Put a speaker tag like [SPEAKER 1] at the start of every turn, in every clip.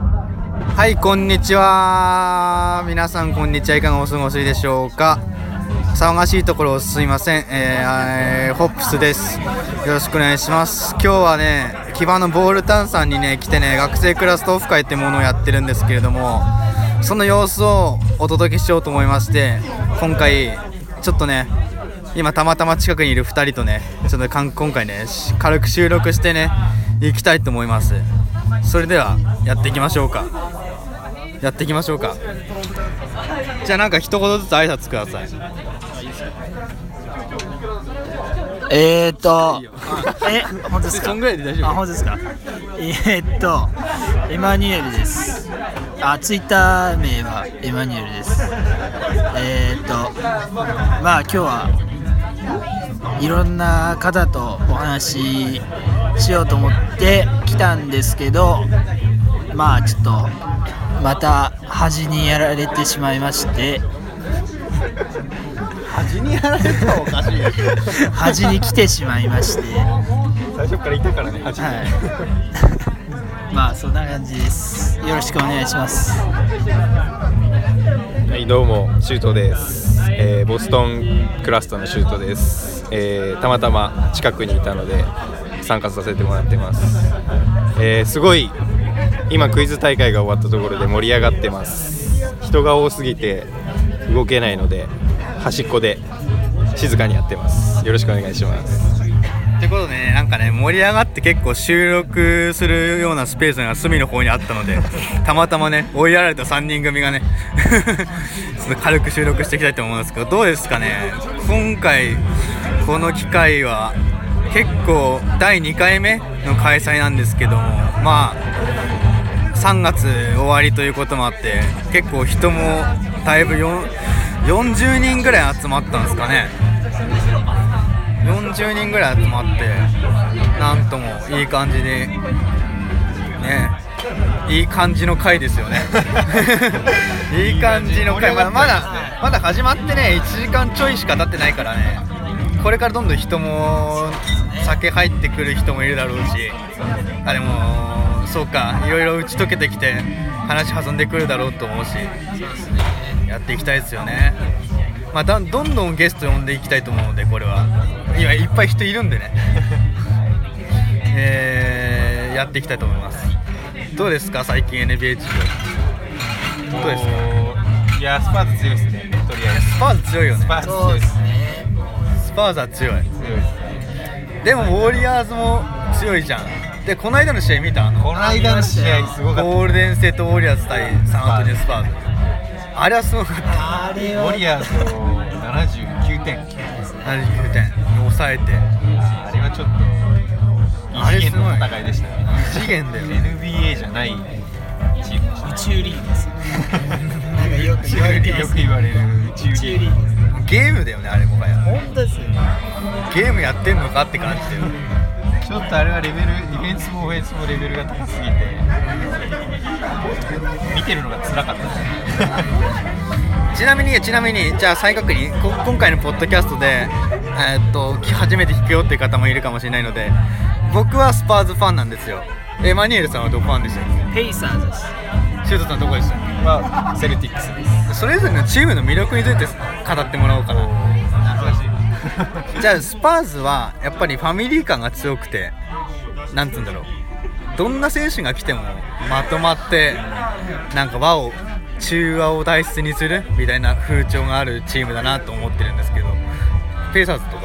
[SPEAKER 1] はいこんにちは皆さんこんにちはいかがお過ごしでしょうか騒がしいところすいません、えーえーホップスですよろしくお願いします今日はね基盤のボールタンさんにね来てね学生クラストオフ会ってものをやってるんですけれどもその様子をお届けしようと思いまして今回ちょっとね今たまたま近くにいる2人とねちょっとかん今回ねし軽く収録してね行きたいと思いますそれではやっていきましょうかやっていきましょうかじゃあなんか一言ずつ挨拶ください
[SPEAKER 2] えーっと
[SPEAKER 1] いいよ、
[SPEAKER 2] え、本当です
[SPEAKER 1] そ
[SPEAKER 2] か
[SPEAKER 1] ん。ぐらいで大丈
[SPEAKER 2] あ、
[SPEAKER 1] 夫
[SPEAKER 2] 本当ですか。えーっと、エマニュエルです。あ、ツイッター名はエマニュエルです。えーっと、まあ、今日はいろんな方とお話ししようと思って来たんですけど、まあ、ちょっとまた恥にやられてしまいまして。
[SPEAKER 1] 端にやられたらおかしいよ
[SPEAKER 2] 恥に来てしまいまして、
[SPEAKER 1] 最初からいたからね端
[SPEAKER 2] はい。まあそんな感じです。よろしくお願いします。
[SPEAKER 3] はいどうもシュートです、えーボストンクラスターのシュートです、えーたまたま近くにいたので参加させてもらってます、えーすごい今クイズ大会が終わったところで盛り上がってます人が多すぎて動けないので端っこで静かにやってますよろしくお願いします
[SPEAKER 1] ってことでねなんかね盛り上がって結構収録するようなスペースが隅の方にあったのでたまたまね追いやられた3人組がね ちょっと軽く収録していきたいと思うんですけどどうですかね今回この機会は結構第2回目の開催なんですけどもまあ3月終わりということもあって結構人もだいぶよん40人ぐらい集まったんですかね40人ぐらい集まってなんともいい感じでねいい感じの回ですよねいい感じの回まだまだまだ始まってね1時間ちょいしか経ってないからねこれからどんどん人も酒入ってくる人もいるだろうしあでもそうかいろいろ打ち解けてきて話弾んでくるだろうと思うしやっていきたいですよねまあ、だどんどんゲスト呼んでいきたいと思うのでこれは今いっぱい人いるんでね えーやっていきたいと思いますどうですか最近 NBA 事情どうですか
[SPEAKER 3] いやスパーズ強いですねとりあ
[SPEAKER 1] スパーズ強いよね
[SPEAKER 3] パーズ強いです
[SPEAKER 1] スパーズは強いでもウォリアーズも強いじゃんでこの間の試合見たあの
[SPEAKER 3] この
[SPEAKER 2] 間の試合
[SPEAKER 3] す
[SPEAKER 1] ゴールデン・ステート・ウォリアーズ対サンアントニオ・スパーズあれはすごかった
[SPEAKER 2] あれ
[SPEAKER 3] ウォリアーズを79点
[SPEAKER 1] 79点抑えて
[SPEAKER 3] あれはちょっと
[SPEAKER 1] あれ
[SPEAKER 3] 異
[SPEAKER 1] す
[SPEAKER 3] 次
[SPEAKER 1] ごい
[SPEAKER 3] 元の戦いでしたね
[SPEAKER 1] 異次元だよ
[SPEAKER 3] NBA じゃないチームで
[SPEAKER 2] 宇
[SPEAKER 3] し
[SPEAKER 2] 宙リーグです。なんかよく言われて
[SPEAKER 3] た
[SPEAKER 2] ま
[SPEAKER 3] よ
[SPEAKER 2] す
[SPEAKER 3] く。言われる宇宙
[SPEAKER 2] 宇宙
[SPEAKER 3] リー
[SPEAKER 2] リーグです。
[SPEAKER 1] ゲームだよねあれもはや
[SPEAKER 2] 本当ですよね。
[SPEAKER 1] ゲームやってんのかって感じだよね
[SPEAKER 3] グちょっとあれはレベルディフェンスもオフェンスもレベルが高すぎて見てるのが辛かったです
[SPEAKER 1] ちなみにちなみにじゃあ再確認こ今回のポッドキャストで、えーっとき初めて聞くよっていう方もいるかもしれないので僕はスパーズファンなんですよエマニュエルさんはどこファンでしたっ
[SPEAKER 2] ペイサーズです。
[SPEAKER 1] けシュートさんどこでしたっ
[SPEAKER 3] ねまあセルティックスです
[SPEAKER 1] けそれぞれのチームの魅力について語ってもらおうかな
[SPEAKER 3] 難しい
[SPEAKER 1] じゃあスパーズはやっぱりファミリー感が強くてなんつうんだろうどんな選手が来てもまとまってなんか和を中和を大切にするみたいな風潮があるチームだなと思ってるんですけどペイサーズとか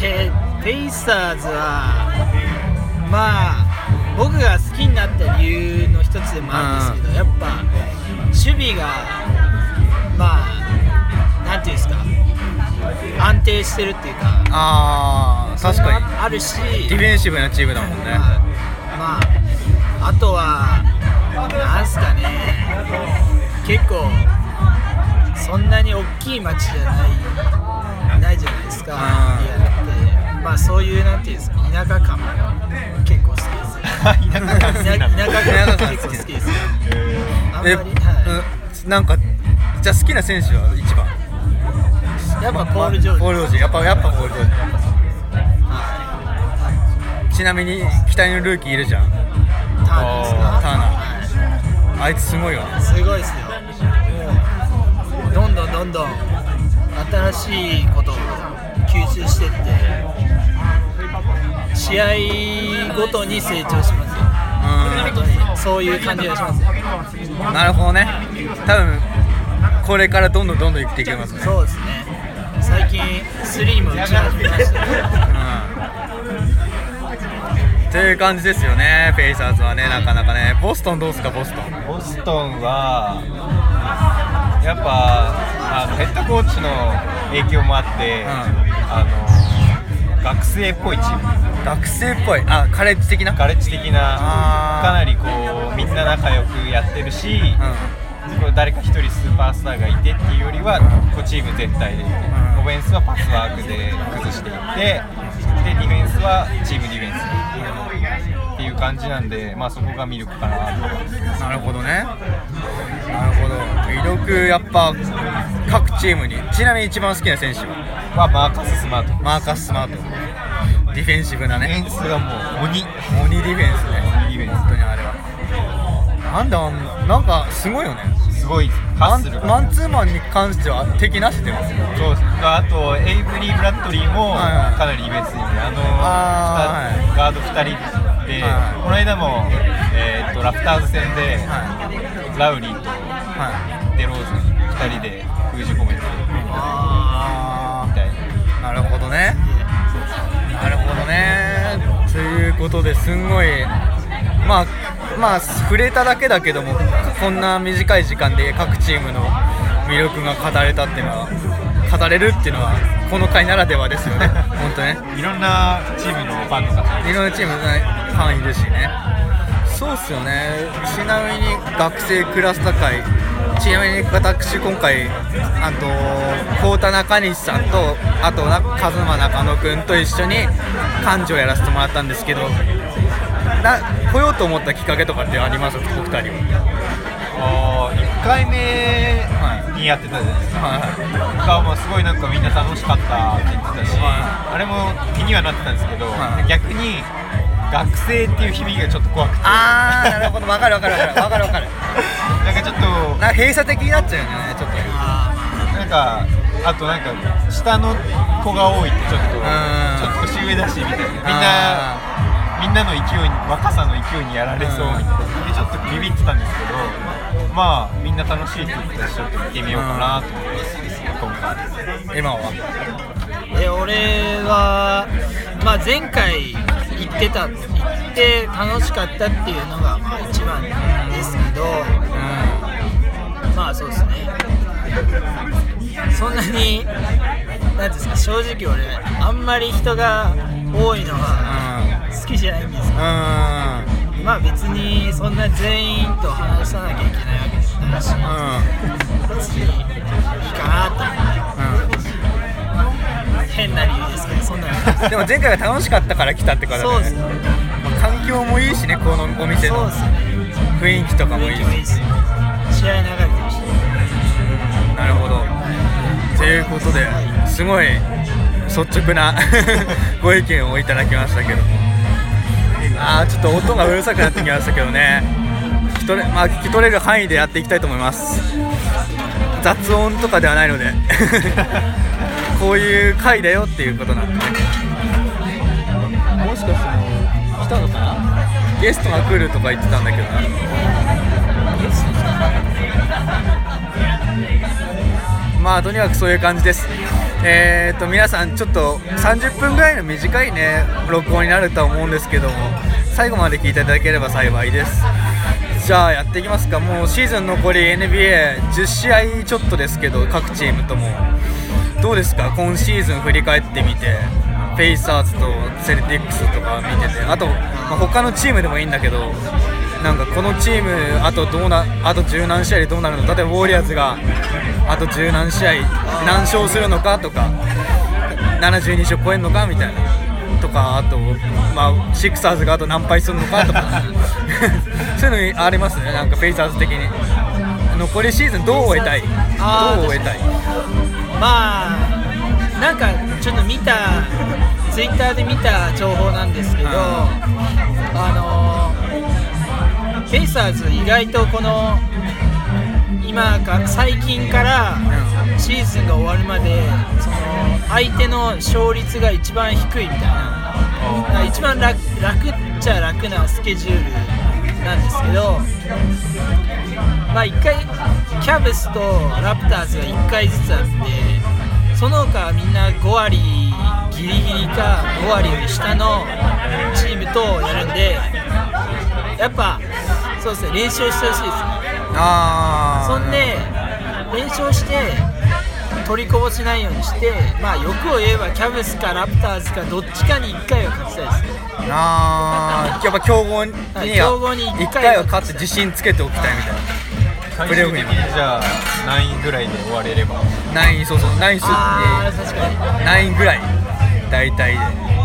[SPEAKER 2] えー、ペイサーズはまあ僕が好きになった理由の一つでもあるんですけどやっぱ守備がまあなんていうんですか安定してるっていうか
[SPEAKER 1] あー確かに
[SPEAKER 2] あるし
[SPEAKER 1] ディフェンシブなチームだもんね
[SPEAKER 2] まあ、まあ、あとはなんすかね結構そんなに大きい町じゃないないじゃないですか
[SPEAKER 1] うん
[SPEAKER 2] リアルってまあそういうなんていうんですか田舎感も結構好きです
[SPEAKER 3] 田舎感好き
[SPEAKER 2] 田
[SPEAKER 3] なん
[SPEAKER 2] 田
[SPEAKER 3] だ
[SPEAKER 2] 舎感結構好きですよあんまり、
[SPEAKER 1] え、
[SPEAKER 2] は
[SPEAKER 1] うんなんかじゃあ好きな選手は一番
[SPEAKER 2] い、やっぱポール・ジョージ、
[SPEAKER 1] ポール・ジョージやっぱやっぱポール・ジョージやっぱちなみに期待のルーキーいるじゃん
[SPEAKER 2] ターナーですか
[SPEAKER 1] ターナー
[SPEAKER 2] はい
[SPEAKER 1] ああいつすごいよね
[SPEAKER 2] すごいですよもうどんどんどんどん新しいことを吸収してって試合ごとに成長しますよ本当にそういう感じがしますよ
[SPEAKER 1] うんなるほどね多分これからどんどんどんどん生きていけますね、
[SPEAKER 2] そうですね最近3も打ち始めましたね
[SPEAKER 1] うん、という感じですよねペイサーズはねなかなかねボストンどうすかボストン
[SPEAKER 3] ボストンはやっぱあのヘッドコーチの影響もあって、
[SPEAKER 1] ん
[SPEAKER 3] あの学生っぽいチーム
[SPEAKER 1] 学生っぽいあカレッジ的な
[SPEAKER 3] ガレッジ的
[SPEAKER 1] あ
[SPEAKER 3] な
[SPEAKER 1] ー
[SPEAKER 3] かなりこうみんな仲良くやってるし、これ誰か一人スーパースターがいてっていうよりはこうチーム全体でオフェンスはパスワークで崩していってでディフェンスはチームディフェンスっていう感じなんで、まあ、そこが魅力かなと思います。
[SPEAKER 1] なるほどねなるほど魅力やっぱ各チームにちなみに一番好きな選手は
[SPEAKER 3] まあ、マーカス・スマート
[SPEAKER 1] マーカス・スマートディフェンシブな
[SPEAKER 3] ディ
[SPEAKER 1] ね
[SPEAKER 3] フェンスがもう鬼
[SPEAKER 1] 鬼ディフェンスね
[SPEAKER 3] 鬼ディフェンス
[SPEAKER 1] 本当にあれはなんだあんなんかすごいよね
[SPEAKER 3] すごいハ
[SPEAKER 1] マ
[SPEAKER 3] ッスル
[SPEAKER 1] ン
[SPEAKER 3] が
[SPEAKER 1] マンツーマンに関しては敵なしでますよ
[SPEAKER 3] そうですあとエイブリー・ブラッドリーも
[SPEAKER 1] はいはい
[SPEAKER 3] かなりイメージあの
[SPEAKER 1] あー
[SPEAKER 3] 二ガード2人で、
[SPEAKER 1] はいはい
[SPEAKER 3] この間も、えー、とラプターズ戦で、
[SPEAKER 1] はい
[SPEAKER 3] ラウリーと
[SPEAKER 1] はい
[SPEAKER 3] デローズ2人で封じ込めてみ
[SPEAKER 1] あ
[SPEAKER 3] たいな
[SPEAKER 1] ーなるほどねなるほどねということですんごいまあまあ触れただけだけどもこんな短い時間で各チームの魅力が語れたっていうのは語れるっていうのはこの回ならではですよね本当ね
[SPEAKER 3] いろんなチームのファンの方
[SPEAKER 1] いろんなチームねファンいるしねそうっすよねちなみに学生クラスター会ちなみに私今回あと浩太中西さんとあとな和真中野くんと一緒に幹事をやらせてもらったんですけどな来ようと思ったきっかけとかってありますお二人は
[SPEAKER 3] あ1回目にやってたじゃないですか、
[SPEAKER 1] はい
[SPEAKER 3] がもうすごいなんかみんな楽しかったって言ってたし、
[SPEAKER 1] は
[SPEAKER 3] あれも気にはなってたんですけど、
[SPEAKER 1] はい
[SPEAKER 3] 逆に学生っていう響きがちょっと怖くて
[SPEAKER 1] あーなるほど分かる分かる分かる分かる分かる
[SPEAKER 3] なんかちょっと
[SPEAKER 1] なんか閉鎖的になっちゃうよねちょっと
[SPEAKER 3] なんかあとなんか下の子が多いってちょっ
[SPEAKER 1] ん
[SPEAKER 3] とちょっと年上だしみたいなみん
[SPEAKER 1] あ
[SPEAKER 3] なみんなの勢いに若さの勢いにやられそうみたいなでちょっとビビってたんですけどまあみんな楽しいって言ってたしちょっと見てみようかなと思って今回
[SPEAKER 1] 今は
[SPEAKER 2] で俺は、まあ、前回行ってた行って楽しかったっていうのがまあ一番ですけどまあそうですねそんなに何ですか正直俺あんまり人が多いのは
[SPEAKER 1] う
[SPEAKER 2] 好きじゃないんですけ
[SPEAKER 1] んうんうん
[SPEAKER 2] どまあ別にそんな全員と話さなきゃいけないわけじゃないし
[SPEAKER 1] う
[SPEAKER 2] 別にいいかなと変な理由ですけどそんなの
[SPEAKER 1] ん、でも前回は楽しかったから来たって方
[SPEAKER 2] そうです
[SPEAKER 1] ね
[SPEAKER 2] ね
[SPEAKER 1] まあ環境もいいしねこのお店
[SPEAKER 2] そう
[SPEAKER 1] の
[SPEAKER 2] ですね
[SPEAKER 1] 雰囲気とかもい
[SPEAKER 2] 雰
[SPEAKER 1] いし
[SPEAKER 2] 囲気もいいです試合流れてまし
[SPEAKER 1] なるほどということですごい率直な ご意見をいただきましたけどあーちょっと音がうるさくなってきましたけどね聞き取れ,、まあ、聞き取れる範囲でやっていきたいと思います雑音とかではないので こういう回だよっていうことなんでねもしかしてもう来たのかなゲストが来るとか言ってたんだけどなまあとにかくそういう感じですえー、と皆さんちょっと30分ぐらいの短いね録音になるとは思うんですけども最後まで聞いていただければ幸いですじゃあやっていきますかもうシーズン残り NBA10 試合ちょっとですけど各チームともどうですか今シーズン振り返ってみてペイサーズとセルティックスとか見ててあと、まあ他のチームでもいいんだけどなんかこのチームあとどうなあと十何試合でどうなるの例えばウォリアーズがあと十何試合何勝するのかとか72勝超えるのかみたいなとかあと、まあ、シクサーズがあと何敗するのかとか そういうのありますねなんかペイサーズ的に残りシーズンどう終えたいどう
[SPEAKER 2] あー
[SPEAKER 1] 終えたい
[SPEAKER 2] たまあなんかちょっと見たツイッターで見た情報なんですけど、
[SPEAKER 1] うん
[SPEAKER 2] あペイサーズ意外とこの今か最近からシーズンが終わるまでその相手の勝率が一番低いみたいなだから一番楽楽っちゃ楽なスケジュールなんですけどまあ一回キャブスとラプターズが1回ずつあってその他はみんな5割ギリギリか5割より下のチームとやるんでやっぱそうですね練習をしてほしいですね
[SPEAKER 1] あ
[SPEAKER 2] そんで連勝して取りこぼしないようにしてまあ欲を言えばキャブスかラプターズかどっちかに1回は勝ちたいですね
[SPEAKER 1] あーやっぱ強豪には
[SPEAKER 2] はい強豪に一回
[SPEAKER 1] 一回は勝って自信つけておきたいみたい
[SPEAKER 3] 最
[SPEAKER 1] プレーオ
[SPEAKER 3] 終
[SPEAKER 1] フ
[SPEAKER 3] 的
[SPEAKER 1] に
[SPEAKER 3] にじゃあ何位ぐらいで終われれば
[SPEAKER 1] なナインそうそうナインス
[SPEAKER 2] ああ確かに
[SPEAKER 1] ナインぐらい大体で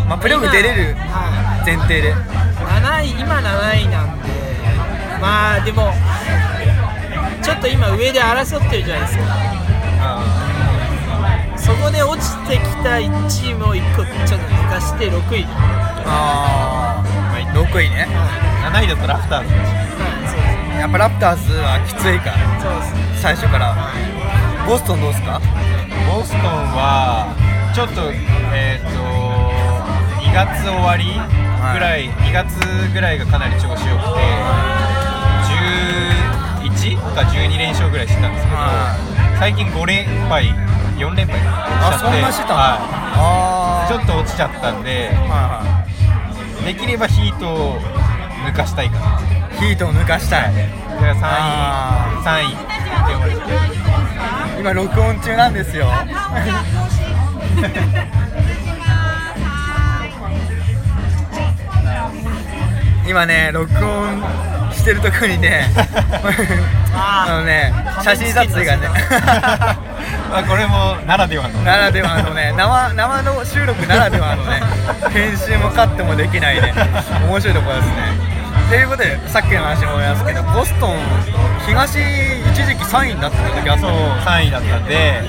[SPEAKER 1] まあプレーオフ出れる
[SPEAKER 2] は
[SPEAKER 1] 前提で
[SPEAKER 2] い、7位今7位なんでまあでもちょっと今上で争ってるじゃないですか
[SPEAKER 3] あ
[SPEAKER 2] そこで落ちてきた1チームを1個ちょっと抜かして6位はい、
[SPEAKER 1] ああ6位ね
[SPEAKER 3] あ7位だとラフターズ
[SPEAKER 2] はい、
[SPEAKER 1] やっぱラプターズはきついから
[SPEAKER 2] そうですそうですね
[SPEAKER 1] 最初からボストンどうすか
[SPEAKER 3] ボストンはちょっとえっ、と2月終わりぐらい、2月ぐらいがかなり調子よくて11か12連勝ぐらいしてたんですけど、
[SPEAKER 1] は
[SPEAKER 3] 最近5連敗4連敗しちゃ
[SPEAKER 1] あ
[SPEAKER 3] って
[SPEAKER 1] そんなしてたの
[SPEAKER 3] は
[SPEAKER 1] あ
[SPEAKER 3] い
[SPEAKER 1] あ
[SPEAKER 3] ちょっと落ちちゃったんで
[SPEAKER 1] は
[SPEAKER 3] できればヒートを抜かしたいかない
[SPEAKER 1] はいヒートを抜かしたい
[SPEAKER 3] だ
[SPEAKER 1] あ
[SPEAKER 3] から3位 3位って思って
[SPEAKER 1] 今録音中なんですよ今ね録音してるとこに ね
[SPEAKER 2] あー
[SPEAKER 1] あのね写真撮影がね
[SPEAKER 3] まあこれもならではの
[SPEAKER 1] ならではのね生生の収録ならではのね編集もカットもできないね面白いところですねということでさっきの話に戻りますけどボストン東一時期3位になってた時あった
[SPEAKER 3] そう
[SPEAKER 1] の
[SPEAKER 3] 3位だったんで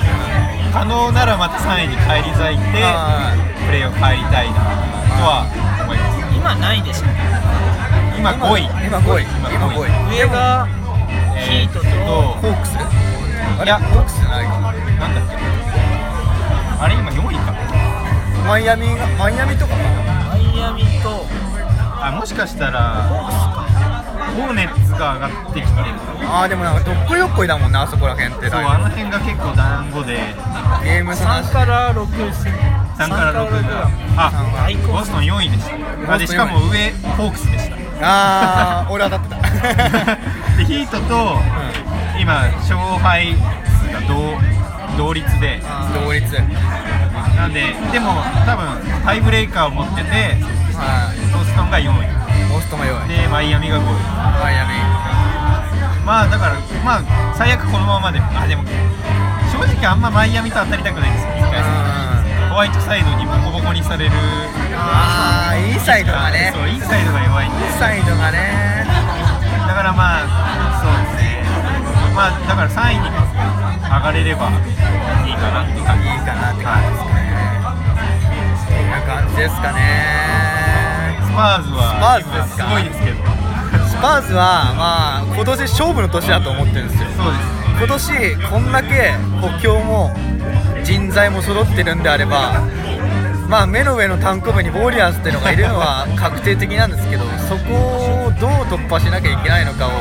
[SPEAKER 3] 可能ならまた3位に返り咲いて
[SPEAKER 1] は
[SPEAKER 3] プレーを入りたいなとは思います
[SPEAKER 2] 今何位でしたっ
[SPEAKER 3] 今5位
[SPEAKER 1] 今5位今
[SPEAKER 3] 今
[SPEAKER 1] 5
[SPEAKER 3] 5
[SPEAKER 1] 位
[SPEAKER 3] 位
[SPEAKER 2] け上が
[SPEAKER 3] え
[SPEAKER 2] ヒートと
[SPEAKER 3] っ
[SPEAKER 1] ホークスあ
[SPEAKER 3] い
[SPEAKER 1] れ
[SPEAKER 3] や
[SPEAKER 1] ホークスじゃないかな
[SPEAKER 3] なんだっけあれ今4位か
[SPEAKER 1] マイアミがマイアミとかかな
[SPEAKER 2] マイアミと
[SPEAKER 3] あもしかしたらホーネッツが上がってきてる
[SPEAKER 1] あーでもなんかどっこいどっこいだもんなあそこら辺って
[SPEAKER 3] そうあの辺が結構団子で
[SPEAKER 1] ゲーム差なし
[SPEAKER 2] 3から6です
[SPEAKER 3] 3から6が
[SPEAKER 1] 三
[SPEAKER 3] あ
[SPEAKER 1] から
[SPEAKER 2] 六
[SPEAKER 3] ボストン4位でしたあでしかも上ホークスでした
[SPEAKER 1] あー俺当たってた
[SPEAKER 3] でヒートと今勝敗数が同同率で
[SPEAKER 1] 同率
[SPEAKER 3] なんででも多分タイブレーカーを持ってて
[SPEAKER 1] はい
[SPEAKER 3] ボストンが4位
[SPEAKER 1] ボストンが弱い
[SPEAKER 3] でマイアミが5位
[SPEAKER 1] マイアミ
[SPEAKER 3] まあだからまあ最悪このままでもあでも正直あんまマイアミと当たりたくないですよ一回戦ホワイトサイドにボコボコにされる
[SPEAKER 1] あーインサイドがね
[SPEAKER 3] そうインサイドが弱いんで
[SPEAKER 1] インサイドがね
[SPEAKER 3] だからまあそうですねまあだから3位に上がれればいいかなって感
[SPEAKER 1] い
[SPEAKER 3] じ
[SPEAKER 1] いかなって感じですかねそんな感じですかねスパーズですか
[SPEAKER 3] スパーズは今すごいですけど
[SPEAKER 1] スパーズはまあ今年勝負の年だと思ってるんですよ
[SPEAKER 3] そうですね
[SPEAKER 1] 今年こんだけ補強も人材も揃ってるんであればまあ目の上の単行部にウォリアーズっていうのがいるのは確定的なんですけどそこをどう突破しなきゃいけないのかを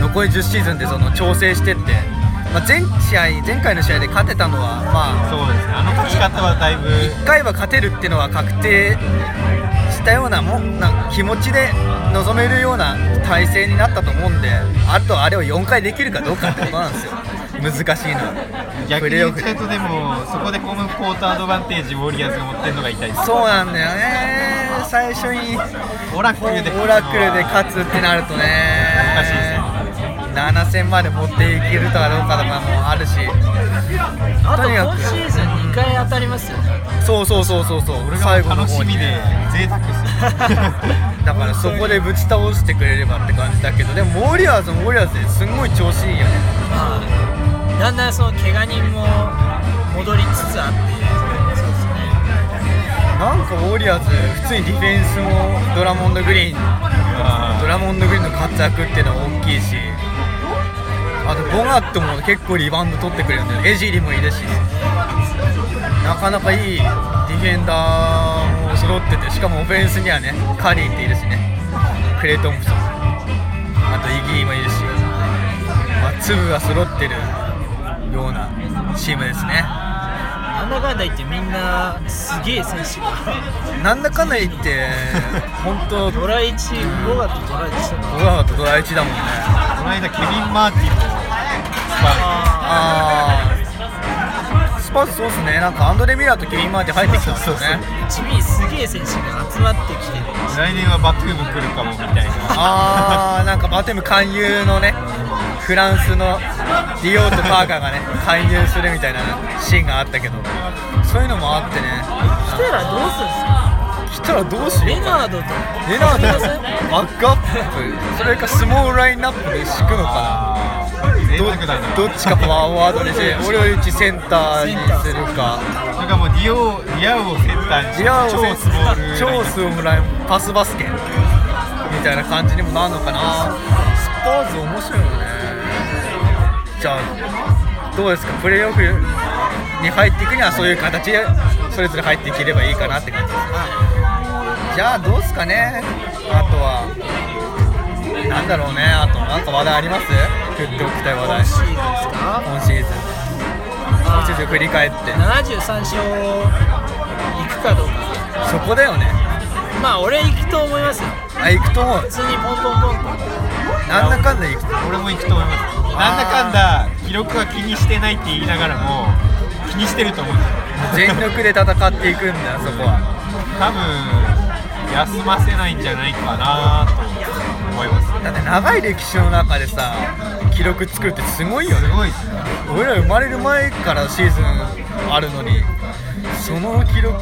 [SPEAKER 1] 残り10シーズンでその調整してって、まあ、前試合前回の試合で勝てたのはまあ
[SPEAKER 3] そうですねあの勝ち方はだいぶ
[SPEAKER 1] 1回は勝てるっていうのは確定したようなもんな気持ちで臨めるような体制になったと思うんであとあれを4回できるかどうかってことなんですよ難しいのはプ
[SPEAKER 3] 逆に
[SPEAKER 1] レーオ
[SPEAKER 3] 言っ
[SPEAKER 1] フ
[SPEAKER 3] ちゃ
[SPEAKER 1] で
[SPEAKER 3] うとでもそこでホームコートアドバンテージウォリアーズが持ってるのが痛いです
[SPEAKER 1] そうなんだよね最初に
[SPEAKER 3] オラク
[SPEAKER 1] オ
[SPEAKER 3] ルで
[SPEAKER 1] ラクルで勝つってなるとね
[SPEAKER 3] 難しいですね
[SPEAKER 1] 7戦まで持っていけるとかどうかとかもあるし
[SPEAKER 2] あと
[SPEAKER 1] とにか
[SPEAKER 2] 今
[SPEAKER 1] く
[SPEAKER 2] シーズン2回当たりますよね
[SPEAKER 1] そうそうそうそうそう
[SPEAKER 3] これが
[SPEAKER 1] 最後
[SPEAKER 3] もう
[SPEAKER 1] の
[SPEAKER 3] 楽
[SPEAKER 1] 方に
[SPEAKER 3] しみで
[SPEAKER 1] ね
[SPEAKER 3] 贅沢ですよ
[SPEAKER 1] だからそこでぶち倒してくれればって感じだけどでもウォリアーズもウォリアーズですんごい調子いいよね
[SPEAKER 2] はいだんだんその怪我人も戻りつつあってそうですね
[SPEAKER 1] なんかウォリアーズ普通にディフェンスもドラモンド・グリーン
[SPEAKER 4] あ
[SPEAKER 1] ドラモンド・グリーンの活躍っていうのは大きいしあとボガットも結構リバウンド取ってくれるんだよねエジリもいるしなかなかいいディフェンダーも揃っててしかもオフェンスにはねカリーっているしねクレイ・トンプソンあとイギーもいるし、まあ、粒が揃ってるようなチームですね
[SPEAKER 2] なんだかんだ言ってみんなすげえ選手が
[SPEAKER 1] なんだかんだ言って本当
[SPEAKER 2] ドラ1五月ドラ1したの
[SPEAKER 1] ボガットドラ1だもんね
[SPEAKER 3] この間ケビン・マーティンも
[SPEAKER 1] あースパーズそうっすねなんかアンドレ・ミラーとケビン・マーティン入ってきたんですよね
[SPEAKER 3] そうそう
[SPEAKER 2] 1ミリすげえ選手が集まってきてる
[SPEAKER 3] 来年はバトゥーム来るかもみたいな
[SPEAKER 1] あーなんかバテム勧誘のねフランスのディオーとパーカーがね勧誘するみたいなシーンがあったけどそういうのもあってね
[SPEAKER 2] 来たらどうするんですか
[SPEAKER 1] 来たらどうしよ
[SPEAKER 2] レ
[SPEAKER 1] う
[SPEAKER 2] ナードと
[SPEAKER 1] レナー
[SPEAKER 2] レナー
[SPEAKER 1] ド
[SPEAKER 2] ド
[SPEAKER 1] バックアップそれかスモールラインナップで敷くのか
[SPEAKER 3] 贅
[SPEAKER 1] など
[SPEAKER 3] 沢だな
[SPEAKER 1] どっちかフォワードにして俺をうちセンターにするか
[SPEAKER 3] それかもうディオディアウをセンターに
[SPEAKER 1] いや
[SPEAKER 3] 超スモール
[SPEAKER 1] 超スモールラインパスバスケみたいな感じにもなるのかなスパーズ面白いよねじゃあどうですかプレーオフに入っていくにはそういう形でそれぞれ入っていければいいかなって感じですかじゃあどうですかねあとはなんだろうねあとなんか話題あります振っておきたい話題
[SPEAKER 2] シーズンですか
[SPEAKER 1] 今シーズン今シーズン振り返って
[SPEAKER 2] 73勝いくかどうか
[SPEAKER 1] そこだよね
[SPEAKER 2] まあ俺行くと思いますよ
[SPEAKER 1] あ行くと思う
[SPEAKER 2] 普通にポンポンポンポン
[SPEAKER 1] なんだかんだ行く
[SPEAKER 3] 俺も行くと思いますなんだかんだ記録は気にしてないって言いながらも気にしてると思うんですよ
[SPEAKER 1] 全力で戦っていくんだよそこは
[SPEAKER 3] 多分休ませないんじゃないかなと思います
[SPEAKER 1] だって長い歴史の中でさ記録作るってすごいよ
[SPEAKER 3] す
[SPEAKER 1] ね
[SPEAKER 3] ごいですね
[SPEAKER 1] 俺ら生まれる前からシーズンあるのにその記録を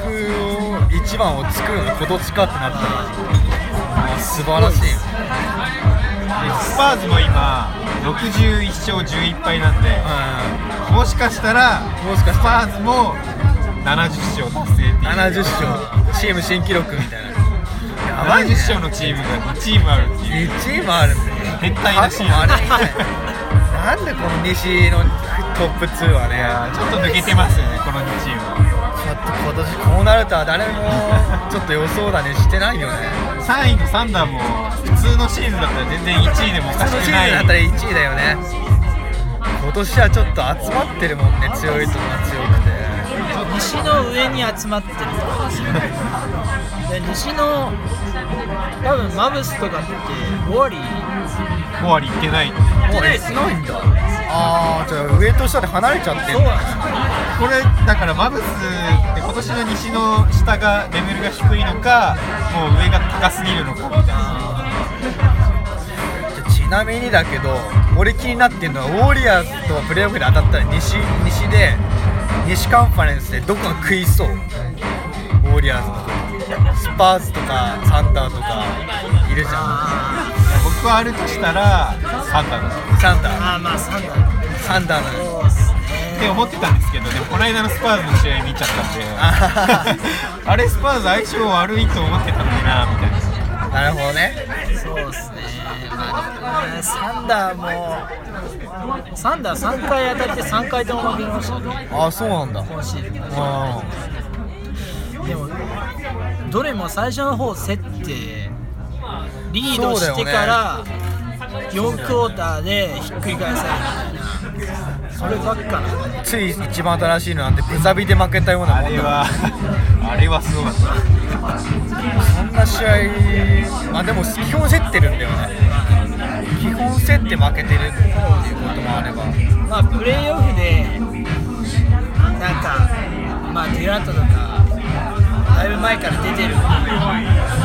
[SPEAKER 1] 1番を作るの今年かってなったら素晴らしいよ
[SPEAKER 3] でスパーズも今61勝11敗なんでもしかしたら
[SPEAKER 1] もしかし
[SPEAKER 3] ス
[SPEAKER 1] たら
[SPEAKER 3] パーズも70勝達成っていう
[SPEAKER 1] 70勝チーム新記録みたいなやばい
[SPEAKER 3] 70
[SPEAKER 1] ね
[SPEAKER 3] 勝のチームが2チームあるっていう
[SPEAKER 1] 2チームあるんだよ
[SPEAKER 3] 変態らしいな
[SPEAKER 1] あれみた いなんでこの西のトップ2はね
[SPEAKER 3] ちょっと抜けてますよねこの2チームは
[SPEAKER 1] ちょっと今年こうなるとは誰 もちょっと予想だねしてないよね
[SPEAKER 3] 3位のサンダーも普通のシーズンだったら全然1位でもお
[SPEAKER 1] 普
[SPEAKER 3] かし
[SPEAKER 1] 通の
[SPEAKER 3] く
[SPEAKER 1] チ
[SPEAKER 3] な
[SPEAKER 1] ームだったら
[SPEAKER 3] い
[SPEAKER 1] 1位だよね今年はちょっと集まってるもんね強いとは強くて
[SPEAKER 2] 西の上に集まってるとこですよねで西の多分マブスとかって5割
[SPEAKER 3] 5割いってない
[SPEAKER 1] もうえすごいんだああじゃあ上と下で離れちゃってんだ
[SPEAKER 3] これだからマブスって今年の西の下がレベルが低いのかもう上が高すぎるのかみたいな
[SPEAKER 1] じゃあちなみにだけど俺気になってるのはウォリアーズとはプレーオフで当たったら西西で西カンファレンスでどこが食いそうウォリアーズとかスパーズとかサンダーとかいるじゃ
[SPEAKER 3] 僕はあるとしたらサンダーだ
[SPEAKER 1] んサンダー
[SPEAKER 2] ああまあ3だ
[SPEAKER 1] サンダーなの
[SPEAKER 2] そうですね
[SPEAKER 3] って思ってたんですけどでもこの間のスパーズの試合見ちゃった んであれスパーズ相性悪いと思ってたのになみたいな
[SPEAKER 1] なるほどね
[SPEAKER 2] そうですねまあねサンダーもサンダー3回当たって3回とも負けましたね
[SPEAKER 1] ああそうなんだ
[SPEAKER 2] 今シーズン
[SPEAKER 1] あ
[SPEAKER 2] でもどれも最初の方競ってリードしてから4クォーターでひっくり返されるみたいなそればっかな
[SPEAKER 1] あつい一番新しいのなんてブザビで負けたような
[SPEAKER 3] あ
[SPEAKER 1] もん
[SPEAKER 3] れ
[SPEAKER 1] だ
[SPEAKER 3] はあれはすごかった
[SPEAKER 1] そんな試合あでも基本競ってるんだよね基本競って負けてるっていうこともあれば
[SPEAKER 2] まあプレーオフでなんかまあデュラントとかだいぶ前から出てる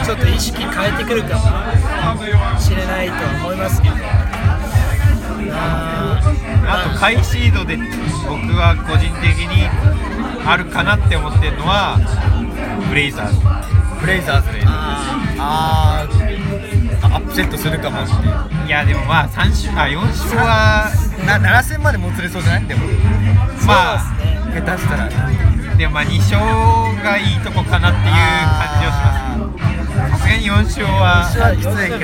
[SPEAKER 2] ちょっと意識変えてくるかもしれないと思いますけどあー
[SPEAKER 3] あと下位シードで僕は個人的にあるかなって思ってるのはブレイザーズ
[SPEAKER 1] ブレイザーズであ
[SPEAKER 2] あ
[SPEAKER 1] ーアップセットするかもっていう
[SPEAKER 3] いやでもまあ3週あ4勝は
[SPEAKER 1] な7戦までもつれそうじゃないでも
[SPEAKER 2] ー
[SPEAKER 3] ま
[SPEAKER 2] そう
[SPEAKER 3] あ
[SPEAKER 2] ですね
[SPEAKER 1] 下手したらっていう
[SPEAKER 3] でもまあ2勝がいいとこかなっていう感じをします
[SPEAKER 1] 感じをします
[SPEAKER 3] さすがに4勝は
[SPEAKER 1] 私はきついけど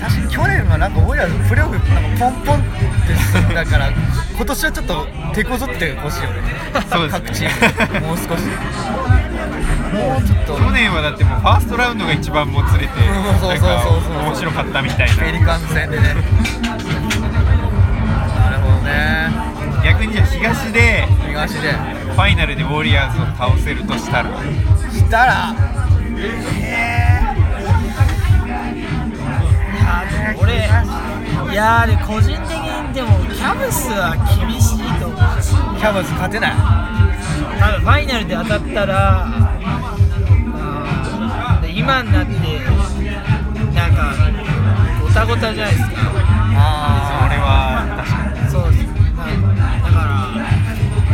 [SPEAKER 1] 確かに去年はなんか俺らプレーオフなんかポンポンってしてたから今年はちょっと手こぞってほしいよね
[SPEAKER 3] そうです
[SPEAKER 1] 各
[SPEAKER 3] ね
[SPEAKER 1] チームもう少しもうちょっと
[SPEAKER 3] 去年はだってもうファーストラウンドが一番もつれてなん
[SPEAKER 1] そうそうそうそう
[SPEAKER 3] か面白かったみたい
[SPEAKER 1] ペ
[SPEAKER 3] な
[SPEAKER 1] リカンズ戦でねなるほどね
[SPEAKER 3] 逆にじゃあ東で
[SPEAKER 1] 東で
[SPEAKER 3] ファイナルでウォリアーズを倒せるとしたら
[SPEAKER 1] したら
[SPEAKER 2] 俺いやーで個人的にでもキャブスは厳しいと思う
[SPEAKER 1] キャバズ勝てない
[SPEAKER 2] 多分ファイナルで当たったらあーで今になってなんかごたごたじゃないですか
[SPEAKER 3] あれは確か
[SPEAKER 2] そうですなんだか
[SPEAKER 3] に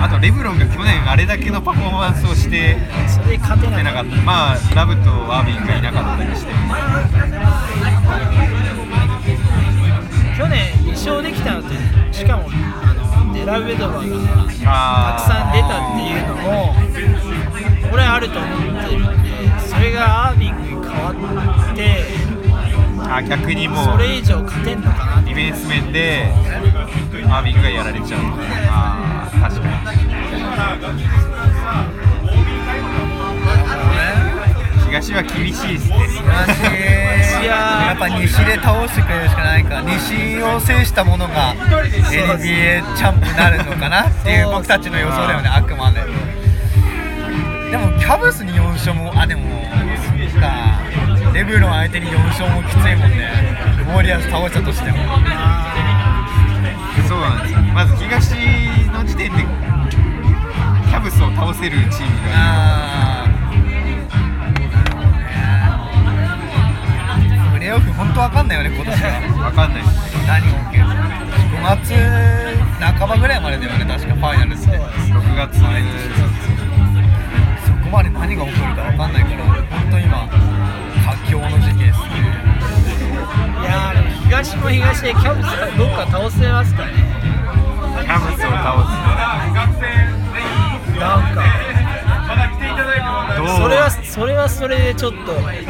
[SPEAKER 3] あとレブロンが去年あれだけのパフォーマンスをして
[SPEAKER 2] らそれで勝て
[SPEAKER 3] 出
[SPEAKER 2] な
[SPEAKER 3] な
[SPEAKER 2] かっ
[SPEAKER 3] かったまあラブとアービンがいなかったりして
[SPEAKER 2] た去年2勝できたのってしかもあのデラウェドバがた
[SPEAKER 3] あ
[SPEAKER 2] く
[SPEAKER 3] ー
[SPEAKER 2] さん出たっていうのも俺あると思ってるんでそれがアービングに変わって
[SPEAKER 3] あ逆にも
[SPEAKER 2] そうれ以上勝てんのかなって
[SPEAKER 3] ディフェンス面でアービングがやられちゃうあー確かに東は厳しいですね
[SPEAKER 1] 東やっぱ西で倒してくれるしかないから西を制したものが NBA チャンプになるのかなっていう僕たちの予想だよねあくまででもキャブスに4勝もあでもそっかレブロン相手に4勝もきついもんねウォリアーズ倒したとしても
[SPEAKER 3] そうなんですよまず東の時点でキャブスを倒せるチームが
[SPEAKER 1] あープレーオフ本当わかんないよね今年は
[SPEAKER 3] 分かんないですね
[SPEAKER 1] 何が起きる5月半ばぐらいまでだよね確かファイナルってそ
[SPEAKER 3] 6月の間
[SPEAKER 1] こまで何が起こるか分かんないから本当今佳境の時期ですね
[SPEAKER 2] いやーでも東も東でキャブスどっか倒せますかね
[SPEAKER 3] キャブスを倒
[SPEAKER 2] なんか
[SPEAKER 3] すどう
[SPEAKER 2] それはそれはそれでちょっとっていう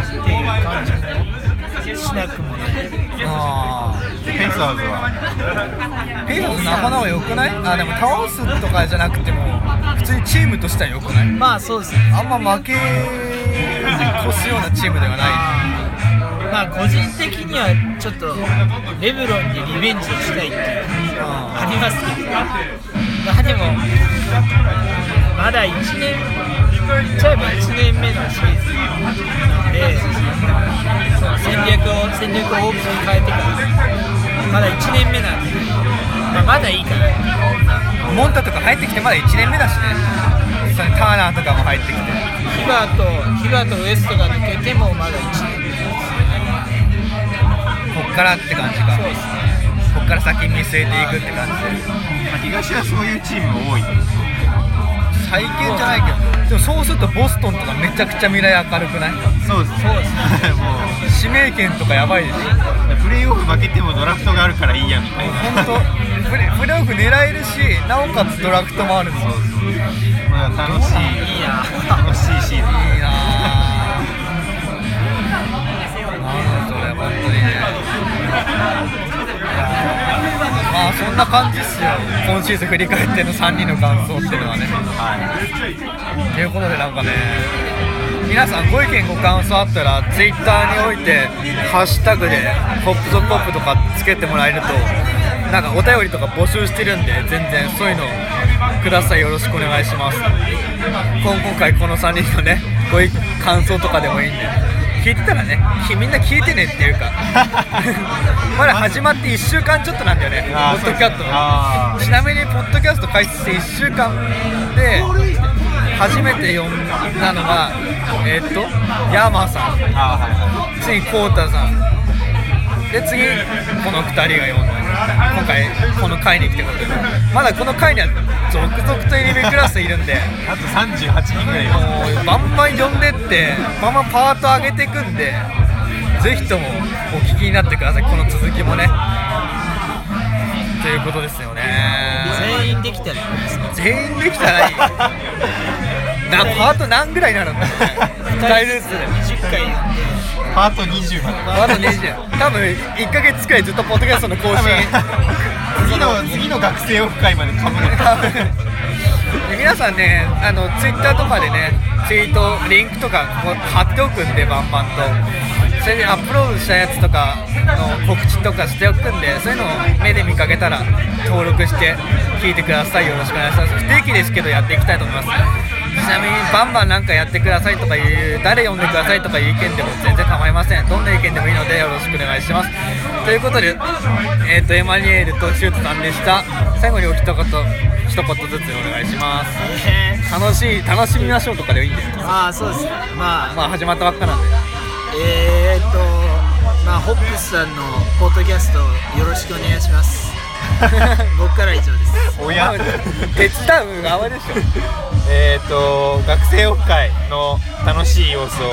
[SPEAKER 2] 感じもしなくもない
[SPEAKER 1] あ
[SPEAKER 3] ペイサーズは
[SPEAKER 1] あペイソンズ仲間は良くないあでも倒すとかじゃなくても普通にチームとしては良くない
[SPEAKER 2] まあそうですね
[SPEAKER 1] あんま負け越すようなチームではない
[SPEAKER 2] まあ個人的にはちょっとレブロンにリベンジをしたいっていうありますけどまあでもまだ1年言っちゃえば1年目のシーズンなんでそう戦略を戦略を大きく変えてからまだ1年目なんで、まあ、まだいいかな
[SPEAKER 1] モンタとか入ってきてまだ1年目だしねそれターナーとかも入ってきて
[SPEAKER 2] ヒバーとヒバーとウエストが抜けてもまだ1年目
[SPEAKER 1] こっからって感じか
[SPEAKER 2] そうですね
[SPEAKER 1] こっから先見据えていくって感じで
[SPEAKER 3] まあ東はそういうチーム多い
[SPEAKER 1] 最近じゃないけどでもそうするとボストンとかめちゃくちゃ未来明るくない
[SPEAKER 3] そうですね
[SPEAKER 2] そうです
[SPEAKER 1] 指
[SPEAKER 3] も
[SPEAKER 1] 名権とかやばいでしょ
[SPEAKER 3] うプレーオフ負けてもドラフトがあるからいいやみたいな
[SPEAKER 1] 本当プレプレーオフ狙えるしなおかつドラフトもあるんですよ
[SPEAKER 3] まあ楽しい
[SPEAKER 2] いいな
[SPEAKER 3] 楽しいシーズン
[SPEAKER 1] いいなぁなんだそれ本当にねいやぁまあそんな感じっすよ今シーズン振り返っての3人の感想っていうのはね
[SPEAKER 3] はい
[SPEAKER 1] ということでなんかね皆さんご意見ご感想あったら Twitter においてハッシュタグで「ポップゾポップ」とかつけてもらえるとなんかお便りとか募集してるんで全然そういうのくださいよろしくお願いします今今回この3人のねご意感想とかでもいいんで聞いてたらねきみんな聞いてねっていう かまだ始まって1週間ちょっとなんだよねポ
[SPEAKER 3] あー
[SPEAKER 1] ッドキャスト
[SPEAKER 3] あ
[SPEAKER 1] ちなみにポッドキャスト開始して1週間で初めて呼んだのがえーっとヤーマーさん
[SPEAKER 3] あはいは
[SPEAKER 1] 次コウタさんで次この2人が呼んだ今回この会に来てくれてまだこの会には続々と NB クラスいるんで
[SPEAKER 3] いあと38人ぐらいいます
[SPEAKER 1] もうバンバン呼んでってバンバンパート上げていくんでぜひともお聞きになってくださいこの続きもねということですよね
[SPEAKER 2] 全員できたらいいですね
[SPEAKER 1] 全員できたらいいなパート何ぐらいになるんだ2回ずつ20回
[SPEAKER 5] パート20まで
[SPEAKER 1] あと20多分1か月くらいずっとポッドキャストの更 新
[SPEAKER 5] 次の次の学生オフ会までかぶる
[SPEAKER 1] 多分で皆さんねあのツイッターとかでねツイートリンクとかこう貼っておくんでバンバンとそれでアップロードしたやつとかの告知とかしておくんでそういうのを目で見かけたら登録して聞いてくださいよろしくお願いします不定期ですけどやっていきたいと思いますちなみにバンバンなんかやってくださいとかいう誰呼んでくださいとかいう意見でも全然構いませんどんな意見でもいいのでよろしくお願いしますということで、えー、とエマニュエルとシュートさんでした最後にお一言一言ずつお願いします
[SPEAKER 2] え
[SPEAKER 1] 楽しい楽しみましょうとかでいいんだよ
[SPEAKER 2] ーまあそうですねまあ
[SPEAKER 1] まあ始まったばっかなんで
[SPEAKER 2] えー、っとまあホップスさんのポッドキャストよろしくお願いします僕からは以上です
[SPEAKER 5] おや
[SPEAKER 1] 手伝う側でしょ
[SPEAKER 3] えー、と学生オフ会の楽しい様子を、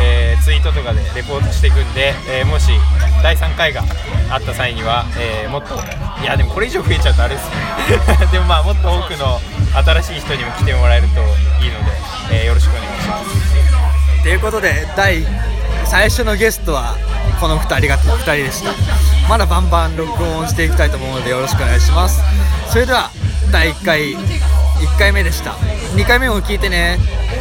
[SPEAKER 3] えーツイートとかでレポートしていくんで、えーもし第3回があった際には、えーもっといやでもこれ以上増えちゃうとあれです ねでもまあもっと多くの新しい人にも来てもらえるといいので、えーよろしくお願いします
[SPEAKER 1] ということで第最初のゲストはこの2人が2人でしたまだバンバン録音していきたいと思うのでよろしくお願いしますそれでは第1回1回目でした2回目も聞いてね